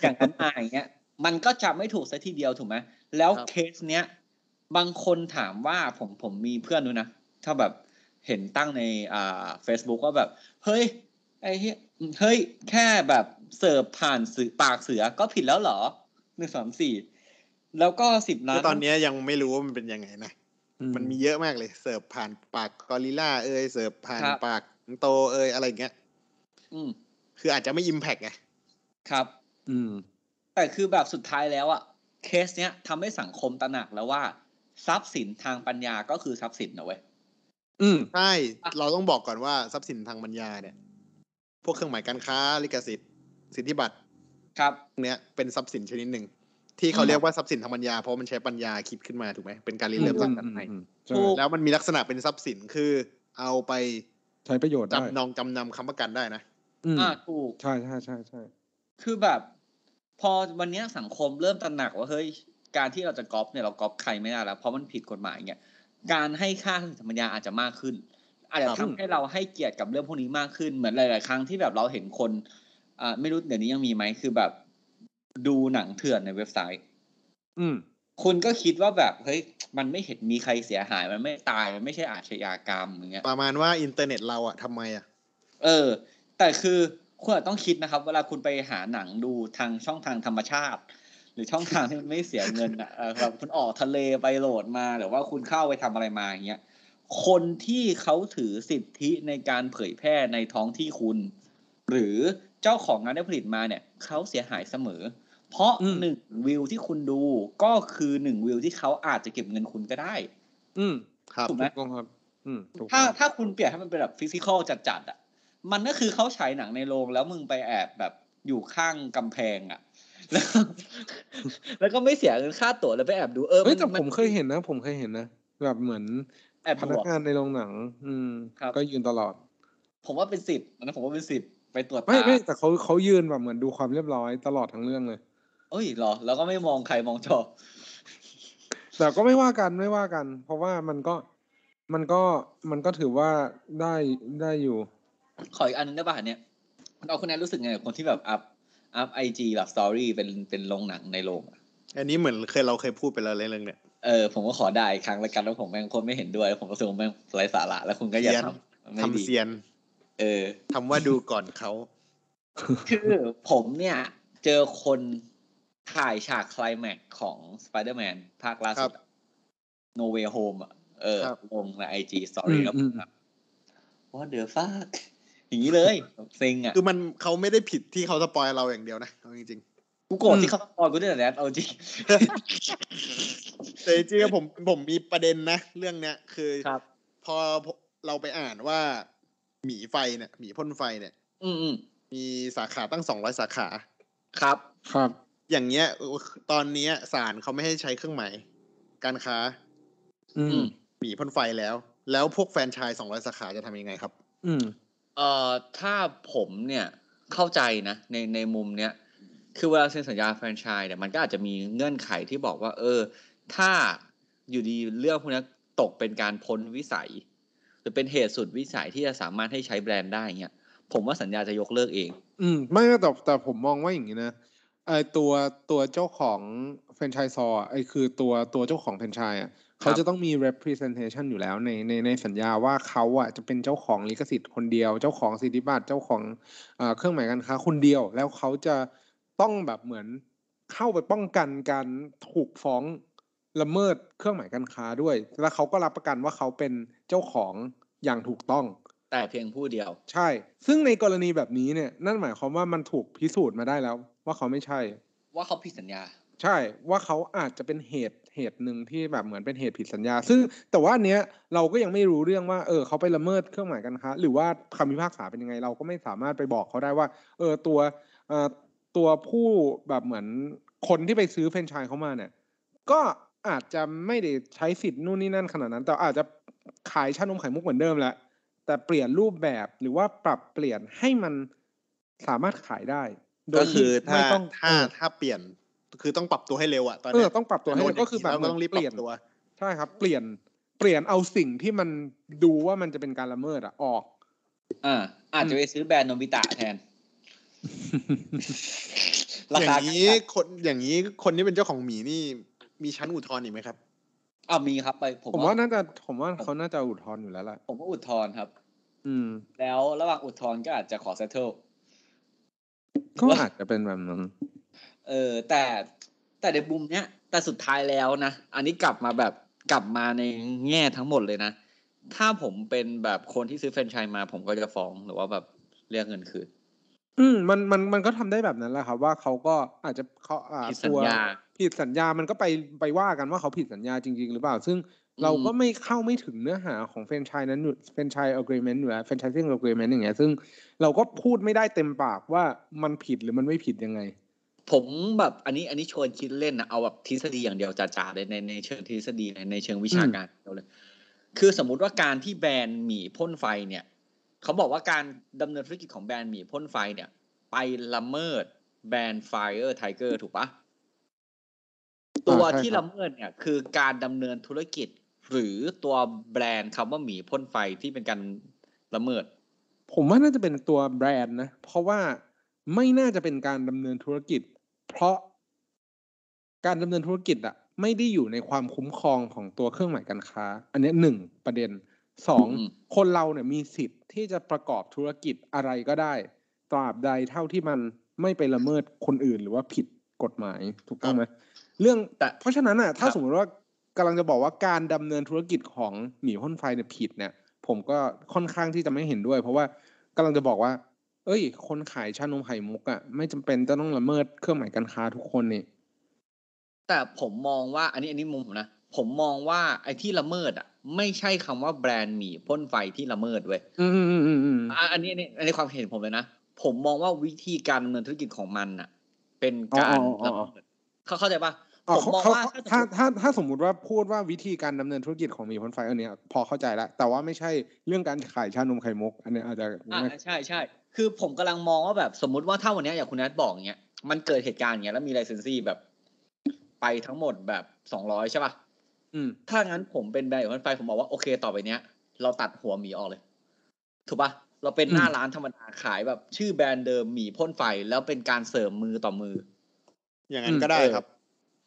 อย่างนั้นมาอย่างเงี้ย มันก็จะไม่ถูกซะทีเดียวถูกไหมแล้ว ครับ เคสเนี้ย บางคนถามว่าผมผมมีเพื่อนด้วยนะ ถ้าแบบเห็นตั้งในอ่า Facebook ว่าแบบ เฮ้ย ไอ้เหี้ยเฮ้ย แค่แบบเสิร์ฟผ่านสือปากเสือก็ผิดแล้วเหรอหนึ่งสามสี่แล้วก็สิบล้า คื น อตอนเนี้ยยังไม่รู้ว่ามันเป็นยังไงนะ มันมีเยอะมากเลยเสิร์ฟผ่านปากกอริลล่าเอยเสิร์ฟผ่าน ครับ ปากสิงโตเอยอะไรอย่างเงี้ย อืม คืออาจจะไม่อิมแพกไง ครับ อืม แต่คือแบบสุดท้ายแล้วอะเคสเนี้ยทำให้สังคมตระหนักแล้วว่า ทรัพย์สินทางปัญญาก็คือทรัพย์สินนะเว้ย อืม ใช่ เราต้องบอกก่อนว่าทรัพย์สินทางปัญญาเนี่ย พวกเครื่องหมายการค้าลิขสิทธิ์สิทธิบัตร ครับ พวกเนี้ยเป็นทรัพย์สินชนิดหนึ่งที่เขาเรียกว่าทรัพย์สินทางปัญญาเพราะมันใช้ปัญญาคิดขึ้นมาถูกไหมเป็นการริเริ่มสร้างสรรค์ใหม่ ใช่ ถูก แล้วมันมีลักษณะเป็นทรัพย์สินคือเอาไป ใช้ประโยชน์ได้ จำนองจำนำค้ำประกันได้นะ อืม อ่าถูก ใช่ใช่ใช่ใช่ คือแบบ พอวันเนี้ยสังคมเริ่มตระหนักว่าเฮ้ยการที่เราจะก๊อปเนี่ยเราก๊อปใครไม่ได้แล้วเพราะมันผิดกฎหมายเนี่ยการให้ค่าทางปัญญาอาจจะมากขึ้น อาจจะ ครับ ทำให้เราให้เกียรติกับเรื่องพวกนี้มากขึ้นเหมือนหลาย ๆ ครั้งที่แบบเราเห็นคนอ่าไม่รู้เดี๋ยวนี้ยังมีไหมคือแบบ ดูหนังเถื่อนในเว็บไซต์ อืม คุณก็คิดว่าแบบเฮ้ยมันไม่เห็นมีใครเสียหายมันไม่ตายมันไม่ใช่อาชญากรรมอย่างเงี้ย ประมาณว่าอินเทอร์เน็ตเราอะทำไมอะ เออ แต่คือคุณอาจต้องคิดนะครับ เวลาคุณไปหาหนังดูทางช่องทางธรรมชาติ หรือช่องทางที่มันไม่เสียเงินอ่ะเออแบบคุณออกทะเลไปโหลดมา หรือว่าคุณเข้าไปทำอะไรมาอย่างเงี้ยคนที่เขาถือสิทธิในการเผยแพร่ในท้องที่คุณ หรือเจ้าของงานได้ผลิตมาเนี่ยเขาเสียหายเสมอ เพราะ อืม หนึ่งวิวที่คุณดูก็คือหนึ่งวิวที่เขาอาจจะเก็บเงินคุณก็ได้ อืม ครับ ถูกไหม ถูกต้องครับ อืมถูก ถ้า ต้อง ถ้าคุณเปลี่ยนให้มันเป็นแบบฟิสิกอลจัดๆอ่ะ มันก็คือเขาฉายหนังในโรงแล้วมึงไปแอบแบบอยู่ข้างกำแพงอ่ะ แล้ว แล้วก็ไม่เสียเงินค่าตั๋วแล้วไปแอบดูเออ เฮ้ยแต่ น ผมเคยเห็นนะ ผมเคยเห็นนะ แบบเหมือน แอบ พ ดู นัก อะ งานในโรงหนัง อืม ครับ ก็ยืนตลอด ผมว่าเป็นสิทธิ์อันนะผมว่าเป็นสิทธิ์ไปตรวจ ไม่ ตา ไม่แต่เขาเขายืนแบบเหมือนดูความเรียบร้อยตลอดทั้งเรื่องเลย เอ้ยเหรอ แล้วก็ไม่มองใครมองจอ แต่ก็ไม่ว่ากันไม่ว่ากัน เพราะว่ามันก็มันก็มันก็ถือว่าได้ได้อยู่ ขออีกอันนึงได้ป่ะเนี่ยเอาคุณแอนรู้สึกไงกับคนที่แบบอัพอัพไอจีแบบสตอรี่เป็นเป็นโรงหนังในโรงอะ อันนี้เหมือนเคยเราเคยพูดไปแล้วเรื่องเนี่ย เออผมก็ขอได้อีกครั้งละกันว่าผมแม่งโคนไม่เห็นด้วยผมก็รู้สึกว่าแม่งไร้สาระแล้วคุณก็อย่า เหี้ยน ทำไม่ดี ทำเซียน เออ ทำว่าดูก่อนเขา คือผมเนี่ยเจอคนถ่ายฉากไคลแม็กซ์ของสไปเดอร์แมนภาคล่าสุดโนเว y h โฮมอ่ะ เออ ลงในไอจีสตอรี่แล้ว อืม ว่าเดือฟากอย่างนี้เลย เซ็งอ่ะ คือมันเขาไม่ได้ผิดที่เขาสปอยเราอย่างเดียวนะเอาจริง กูโกรธที่เขาตอนกูด้วยแหละเอาจริง ๆแต่จริงๆผมผมมีประเด็นนะ เรื่องเนี้ยคือ ครับ พอเราไปอ่านว่า หมีไฟเนี่ยหมีพ่นไฟเนี่ย อืมอืม มีสาขาตั้งสองร้อยสาขา ครับ ครับ อย่างเงี้ยตอนเนี้ยศาลเขาไม่ให้ใช้เครื่องหมายการค้า อื อื ม ม หมีพ่นไฟแล้ว แล้วพวกแฟรนไชายสองร้อยสาขาจะทำยังไงครับ อืม เอ่อถ้าผมเนี่ยเข้าใจนะในในมุมเนี้ยคือเวลาเซ็นสัญญาแฟรนไชส์เนี่ยมันก็อาจจะมีเงื่อนไขที่บอกว่า เออ ถ้าอยู่ดีเรื่องพวกเนี้ยตกเป็นการพ้นวิสัย หรือเป็นเหตุสุดวิสัยที่จะสามารถให้ใช้แบรนด์ได้เงี้ยผมว่าสัญญาจะยกเลิกเอง อืมไม่ไม่แต่แต่ผมมองว่าอย่างนี้นะไอตัวตัวเจ้าของแฟรนไชส์ซอร์อะไอคือตัวตัวเจ้าของแฟรนไชส์อ่ะเขาจะต้องมี representation อยู่แล้วในในในสัญญาว่าเขาอ่ะจะเป็นเจ้าของลิขสิทธิ์คนเดียว เจ้าของสิทธิบัตรเจ้าของเอ่อเครื่องหมายการค้าคนเดียว แล้วเขาจะต้องแบบเหมือนเข้าไปป้องกันการถูกฟ้องละเมิดเครื่องหมายการค้าด้วย แล้วเขาก็รับประกันว่าเขาเป็นเจ้าของอย่างถูกต้อง แต่เพียงผู้เดียว ใช่ ซึ่งในกรณีแบบนี้เนี่ย นั่นหมายความว่ามันถูกพิสูจน์มาได้แล้ว ว่าเขาไม่ใช่ ว่าเขาผิดสัญญา ใช่ ว่าเขาอาจจะเป็นเหตุเหตุหนึ่งที่แบบเหมือนเป็นเหตุผิดสัญญา ซึ่งแต่ว่าอันเนี้ยเราก็ยังไม่รู้เรื่องว่า เออ เขาไปละเมิดเครื่องหมายการค้าหรือว่าคำพิพากษาเป็นยังไง เราก็ไม่สามารถไปบอกเขาได้ว่า เออ ตัวเอ่อตัวผู้แบบเหมือนคนที่ไปซื้อแฟรนไชส์เขามาเนี่ย ก็อาจจะไม่ได้ใช้สิทธิ์นู่นนี่นั่นขนาดนั้น แต่อาจจะขายชานมไข่มุกเหมือนเดิมแหละ แต่เปลี่ยนรูปแบบหรือว่าปรับเปลี่ยนให้มันสามารถขายได้ โดย ก็คือ ที่ ถ้า ไม่ต้อง ถ้า เออ ถ้าเปลี่ยนคือต้องปรับตัวให้เร็วอะตอน เอ เนี้ อย ต้องปรับตัวให้ โด เร็ น วก็คือแบบ เราก็ต้องรีบป เปลี่ยน รับตัว ใช่ครับ เปลี่ยนเปลี่ยนเอาสิ่งที่มันดูว่ามันจะเป็นการละเมิดอะออก อ่า อาจจะไปซื้อแบรนด์โนบิตะแท น รา อย่า คาง นี้คนอย่างนี้คนที่เป็นเจ้าของหมีนี่มีชั้นอุทธรณ์อีกไหมครับ อ่ามีครับไปผม ผมว่าน่าจะผมว่าเขาน่าจะอุทธรณ์อยู่แล้วล่ะ ผมว่าอุทธรณ์ครับ อืม แล้วระหว่างอุทธรณ์ก็อาจจะขอเซ t เทิล ก็ ว่า อาจจะเป็นแบบนั้น เออแต่แต่ในมุมเนี้ย แต่สุดท้ายแล้วนะ อันนี้กลับมาแบบกลับมาในแง่ทั้งหมดเลยนะ ถ้าผมเป็นแบบคนที่ซื้อแฟรนไชส์มา ผมก็จะฟ้องหรือว่าแบบเรียกเงินคืน อืมมันมันมันก็ทำได้แบบนั้นแหละครับ ว่าเขาก็อาจจะเขาอ่า ผิดสัญญา ตัวผิดสัญญามันก็ไปไปว่ากันว่าเขาผิดสัญญาจริง ๆ หรือเปล่า ซึ่งเรา อืม ก็ไม่เข้าไม่ถึงเนื้อหาของแฟรนไชส์นั้นแฟรนไชส์ agreement หรือแฟรนไชส์ n g agreement อย่างเงี้ยซึ่งเราก็พูดไม่ได้เต็มปากว่ามันผิดหรือมันไม่ผิดยังไง ผมแบบอันนี้อันนี้ชวนคิดเล่นนะเอาแบบทฤษฎีอย่างเดียวจ๋าๆเลยในในเชิงทฤษฎีในในเชิงวิชาการเดียวเลย คือสมมุติว่าการที่แบรนด์หมีพ่นไฟเนี่ยเขาบอกว่าการดำเนินธุรกิจของแบรนด์หมีพ่นไฟเนี่ย ไปละเมิดแบรนด์ไฟเออร์ไทเกอร์ถูกปะตัว อ่าใช่ ที่ ครับ ละเมิดเนี่ยคือการดำเนินธุรกิจ หรือตัวแบรนด์คำว่าหมีพ่นไฟที่เป็นการละเมิด ผมว่าน่าจะเป็นตัวแบรนด์นะ เพราะว่าไม่น่าจะเป็นการดำเนินธุรกิจ เพราะการดำเนินธุรกิจอะไม่ได้อยู่ในความคุ้มครองของตัวเครื่องหมายการค้า อันเนี้ยหนึ่งประเด็นสอง อืม คนเราเนี่ยมีสิทธิ์ที่จะประกอบธุรกิจอะไรก็ได้ ตราบใดเท่าที่มันไม่ไปละเมิดคนอื่นหรือว่าผิดกฎหมายถูกต้องไหมเรื่อง แต่ เพราะฉะนั้นอ่ะถ้า ครับ สมมติว่ากำลังจะบอกว่าการดำเนินธุรกิจของหมีพ่นไฟเนี่ยผิดเนี่ย ผมก็ค่อนข้างที่จะไม่เห็นด้วย เพราะว่ากำลังจะบอกว่า เอ้ย คนขายชานมไข่มุกอ่ะไม่จำเป็นจะต้องละเมิดเครื่องหมายการค้าทุกคนนี่ แต่ผมมองว่าอันนี้อันนี้มุมผมนะ ผมมองว่าไอ้ที่ละเมิดอ่ะ ไม่ใช่คำว่าแบรนด์หมีพ่นไฟที่ละเมิดเว้ย อืมอืมอืมอืม อ่ะอันนี้อันนี้ในความเห็นผมเลยนะ ผมมองว่าวิธีการดำเนินธุรกิจของมันอ่ะ เป็นการละเมิดเขาเข้าใจปะ อ๋อ ผม เขา มอง เขา ว่า ถ้า ถ้าสมมติ ถ้าถ้าสมมุติว่าพูดว่าวิธีการดำเนินธุรกิจของหมีพ่นไฟอันเนี้ยพอเข้าใจละแต่ว่าไม่ใช่เรื่องการขายชานมไข่มุก อันเนี้ยอาจจะ อ่ะใช่ใช่คือผมกำลังมองว่าแบบสมมุติว่าถ้าวันเนี้ยอย่างคุณนัทบอกเงี้ยมันเกิดเหตุการณ์อย่างเงี้ยแล้วมีไลเซนซี่แบบ ไปทั้งหมดแบบสองร้อยใช่ปะ อืม ถ้างั้นผมเป็นแบรนด์หมีพ่นไฟผมบอกว่าโอเคต่อไปเนี้ย เราตัดหัวหมีออกเลย ถูกปะเราเป็นหน้า อืม ร้านธรรมดาขายแบบชื่อแบรนด์เดิมหมีพ่นไฟแล้วเป็นการเสริมมือต่อมือ อย่างนั้นก็ได้ครับ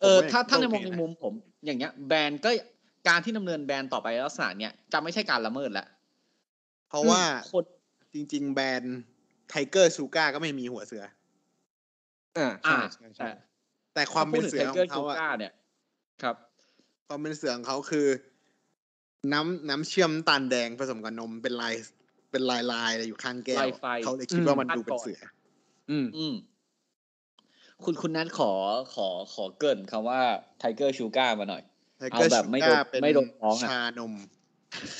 เออ ผมว่ ถ้าถ้าใน ก็ ม โอ อง เค ใน นะ มุมผม อย่างเงี้ย แบรนด์ก็การที่ดำเนินแบรนด์ต่อไปลักษณะเนี้ยจะไม่ใช่การละเมิดละ เพราะว่า คน จริง ๆ แบรนด์ไทเกอร์ชูก้าก็ไม่มีหัวเสือ อ่า อ่า ใช่ใช่ใช่ แต่ความเป็นเสือของเขาอะ เนี่ย ครับ ความเป็นเสือของเขาคือ น้ำน้ำเชื่อมน้ำตาลแดงผสมกับนมเป็นลายเป็นลายลายๆอะไรอยู่ข้างแก้ว ลายไฟ เขาเลยคิดอืว่าม มันดูเป็นเสือ อืม อืม คุณคุณนัทขอขอขอเกรินคำว่าไทเกอร์ชูกามาหน่อย ไทเกอร์ เอาแบ ชู บไม่โดน ก้าเป็น ไม่โดนฟ้องอะ ชานม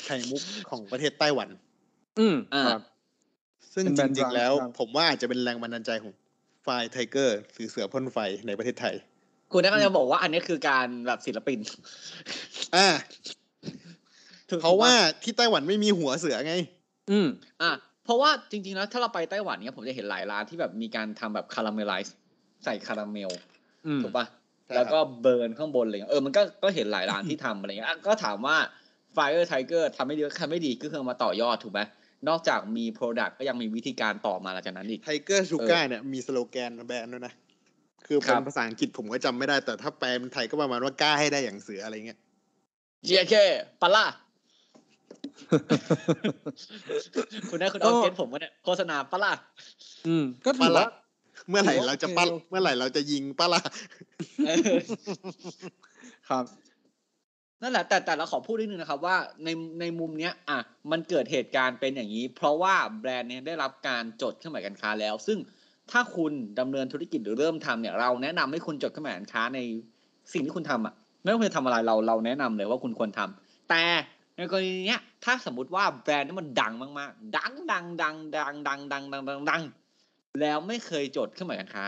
ไข่มุกของประเทศไต้หวัน อืม อ่า ครับ ซึ่ง เป็นแบจรนด์ดัริงๆง แล้ว ดัง ผมว่าอาจจะเป็นแรงบันดาลใจของฝ่ายไทเกอร์หรือเสือพ่นไฟในประเทศไทย คุณนัทก็จะบอกว่าอันนี้คือการแบบศิลปิน อ่า ถูก เพราะว่า ปะ ที่ไต้หวันไม่มีหัวเสือไง อืม อ่ะเพราะว่าจริงๆแล้วถ้าเราไปไต้หวันเนี่ยผมจะเห็นหลายร้านที่แบบมีการทำแบบคาราเมลไลซ์ใส่คาราเมล อืม ถูก ปะ ใช่ครับ แล้วก็เบิร์นข้างบนอะไรเงี้ยเออมันก็ก็เห็นหลายร้านที่ทำอะไรเงี้ยอ่ะก็ถามว่า Fire Tiger ทำไม่ดีก็ทำไม่ดีก็คือเอามาต่อยอดถูกไหมนอกจากมี Product ก็ยังมีวิธีการต่อมาหลังจากนั้นอีก ไทเกอร์ชูก้าเนี่ยมีสโลแกนแบรนด์ด้วยนะ คือ ครั เป็น บ ภาษาอังกฤษผมก็จำไม่ได้ แต่ถ้าแปลเป็นไทยก็ประมาณว่ากล้าให้ได้อย่างเสืออะไร เงี้ย เจเคปะล่าคุณนะคุณเอา ก็ เก็ตผมวะเนี่ยโฆษณาปะล่า อืมก็ถื ปะ อ ละ ว่า เมื่อไหร่เราจะปั้น โอเค เมื่อไหร่เราจะยิงปะ ละ เอ อ ครับ นั่นแหละแต่แต่เราขอพูดนิดนึงนะครับว่าในในมุมเนี้ยอ่ะมันเกิดเหตุการณ์เป็นอย่างนี้ เพราะว่าแบรนด์เนี้ยได้รับการจดเครื่องหมายการค้าแล้ว ซึ่งถ้าคุณดำเนินธุรกิจหรือเริ่มทำเนี่ยเราแนะนำให้คุณจดเครื่องหมายการค้าในสิ่งที่คุณทำอ่ะไม่ว่าคุณจะทำอะไรเราเราแนะนำเลยว่าคุณควรทำแต่ในกรณีเนี้ยถ้าสมมติว่าแบรนด์นั้นมันดังมากๆ ดังดังดังดังดังดังดังดังดังแล้วไม่เคยจดเครื่องหมายการค้า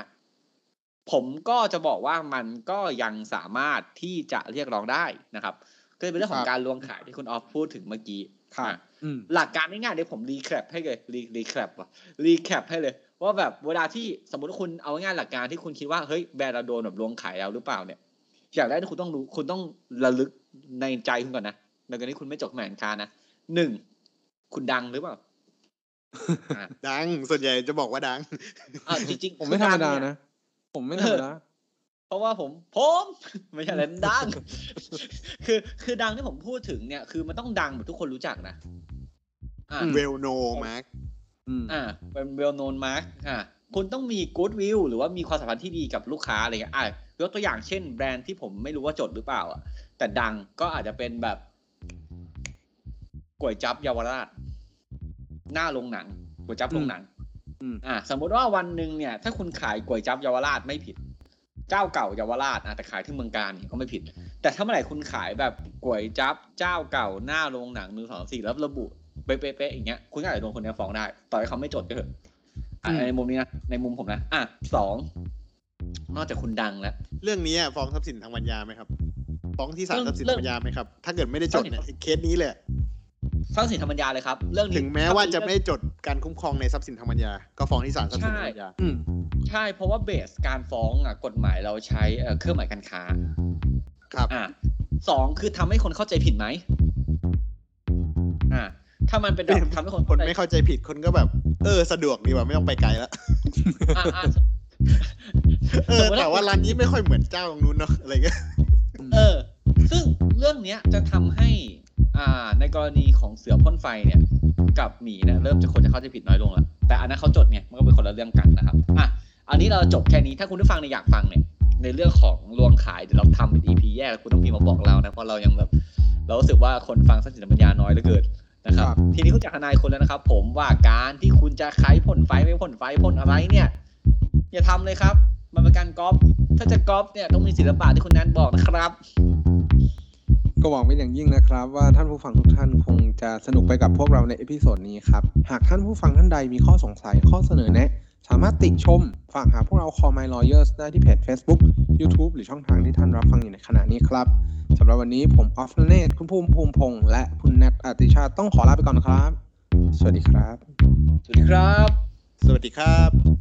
ผมก็จะบอกว่ามันก็ยังสามารถที่จะเรียกร้องได้นะครับ ก็จะเป็นเรื่องขคอรั ง บ การลวงขายที่คุณออฟพูดถึงเมื่อกี้ ครับ อ่ะ อืม หลักการง่ายๆเดี๋ยวผมรีแคปให้เลยรีรีแคปว่ะรีแคปให้เลย ว่าแบบเวลาที่สมมติว่าคุณเอาง่ายๆหลักการที่คุณคิดว่าเฮ้ยแบรนด์เราโดนแบบลวงขายแล้วหรือเปล่าเนี่ยอย่างแรกที่คุณต้องรู้คุณต้องระลึกในใจคุณก่อนนะในกรณีคุณไม่จดแหมายการค้านะหนึ่งคุณดังหรือเปล่าอ่ะ ดัง ส่วนใหญ่จะบอกว่าดัง อ่ะจริงๆ ผมไม่ธรรมดา คุณงเย นะ ผมไม่ธรรมดา เพราะว่าผมผม ไม่ใช่อะไรมันดัง คือคือดังที่ผมพูดถึงเนี่ยคือมันต้องดังแบบทุกคนรู้จักนะอ่า เวลโนมาร์ก อืม อ่าเป็นเวลโนนมาร์กอ่าคุณต้องมีกู d ดวิวหรือว่ามีความสัมพันธ์ที่ดีกับลูกค้าอะไรเงี้ยอ่ายกตัวอย่างเช่นแบรนด์ที่ผมไม่รู้ว่าจดหรือเปล่าอ่ะแต่ดังก็อาจจะเป็นแบบก๋วยจับเยาวราช หน้าโรงหนังก๋วยจับโรงหนัง อืม อ่า สมมุติว่าวันหนึ่งเนี่ย ถ้าคุณขายก๋วยจับเยาวราชไม่ผิด เจ้าเก่าเยาวราชอ่ะแต่ขายที่เมืองการเนี่ยก็ไม่ผิด แต่ถ้าเมื่อไหร่คุณขายแบบก๋วยจับเจ้าเก่าหน้าโรงหนังหนึ่งสองสี่แล้วระบุ เป๊ะๆๆอย่างเงี้ยคุณก็อาจจะโดนคนเนี้ยฟ้องได้ ต่อให้เขาไม่จดก็เถอะอ่ะ อืม ในมุมนี้นะ ในมุมผมนะ อ่ะสอง นอกจากคุณดังแล้ว เรื่องนี้อะฟ้องทรัพย์สินทางปัญญาไหมครับฟ้องที่ศาล เรื่อง ทรัพย์สินทางปัญญาไหมครับ ถ้าเกิดไม่ได้จดเนี่ยเคสนี้เลย สร้างสินธรรมปัญญาเลยครับ เรื่องนี้ ถึงแม้ว่าจะ ถ้เป็น ไม่ เรื่อง ได้จดการคุ้มครองในทรัพย์สินทางปัญญา ก็ฟ้องที่ศาลทรัพย์สินทางปัญญา อืม ใช่ เพราะว่าเบสการฟ้องอ่ะกฎหมายเราใช้เอ่อเครื่องหมายการค้า ครับ อ่ะสองคือทำให้คนเข้าใจผิดไหม อ่ะถ้ามันเป็นแบบทำให้คน คเข้านใจ ไม่เข้าใจผิดคนก็แบบ เออ สะดวกดีว่าไม่ต้องไปไกลละ อ่ะอ่ะ เอ ส อ มมุ แต่ว่าร้านนี้ไม่ค่อยเหมือนเจ้าตรงนู้นเนาะอะไรเงี้ย เออ ซึ่งเรื่องเนี้ยจะทำให้ อ่า ในกรณีของเสือพ่นไฟเนี่ย กับหมีเนี่ยเริ่มจะคนจะเข้าใจผิดน้อยลงละแต่อันนั้นเขาจดไงมันก็เป็นคนละเรื่องกันนะครับอ่ะอันนี้เราจบแค่นี้ถ้าคุณผู้ฟังเนี่ยอยากฟังเนี่ยในเรื่องของลวงขายเดี๋ยวเราทำเป็น EP แยกแล้วคุณต้องพิมพ์มาบอกเรานะเพราะเรายังแบบเรารู้สึกว่าคนฟังสัญญาปัญญาน้อยเหลือเกินนะครับ ครับ ทีนี้คุณจากทนายคนแล้วนะครับ ผมว่าการที่คุณจะขายพ่นไฟไม่พ่นไฟพ่นอะไรเนี่ย อย่าทำเลยครับ มันเป็นการก๊อปถ้าจะก๊อปเนี่ยต้องมีศิลปะที่คุณแนนบอกนะครับ ก็หวังเป็นอย่างยิ่งนะครับ ว่าท่านผู้ฟังทุกท่านคงจะสนุกไปกับพวกเราในเอพิโซดนี้ครับ หากท่านผู้ฟังท่านใดมีข้อสงสัยข้อเสนอแนะ สามารถติชม ฝากหาพวกเรา Call My Lawyers ได้ที่เพจ Facebook YouTube หรือช่องทางที่ท่านรับฟังอยู่ในขณะนี้ครับสำหรับวันนี้ผมออฟเนตคุณภูมิภูมิพงษ์และคุณแนทอาติชาติต้องขอลาไปก่อนนะครับ สวัสดีครับ สวัสดีครับ สวัสดีครับ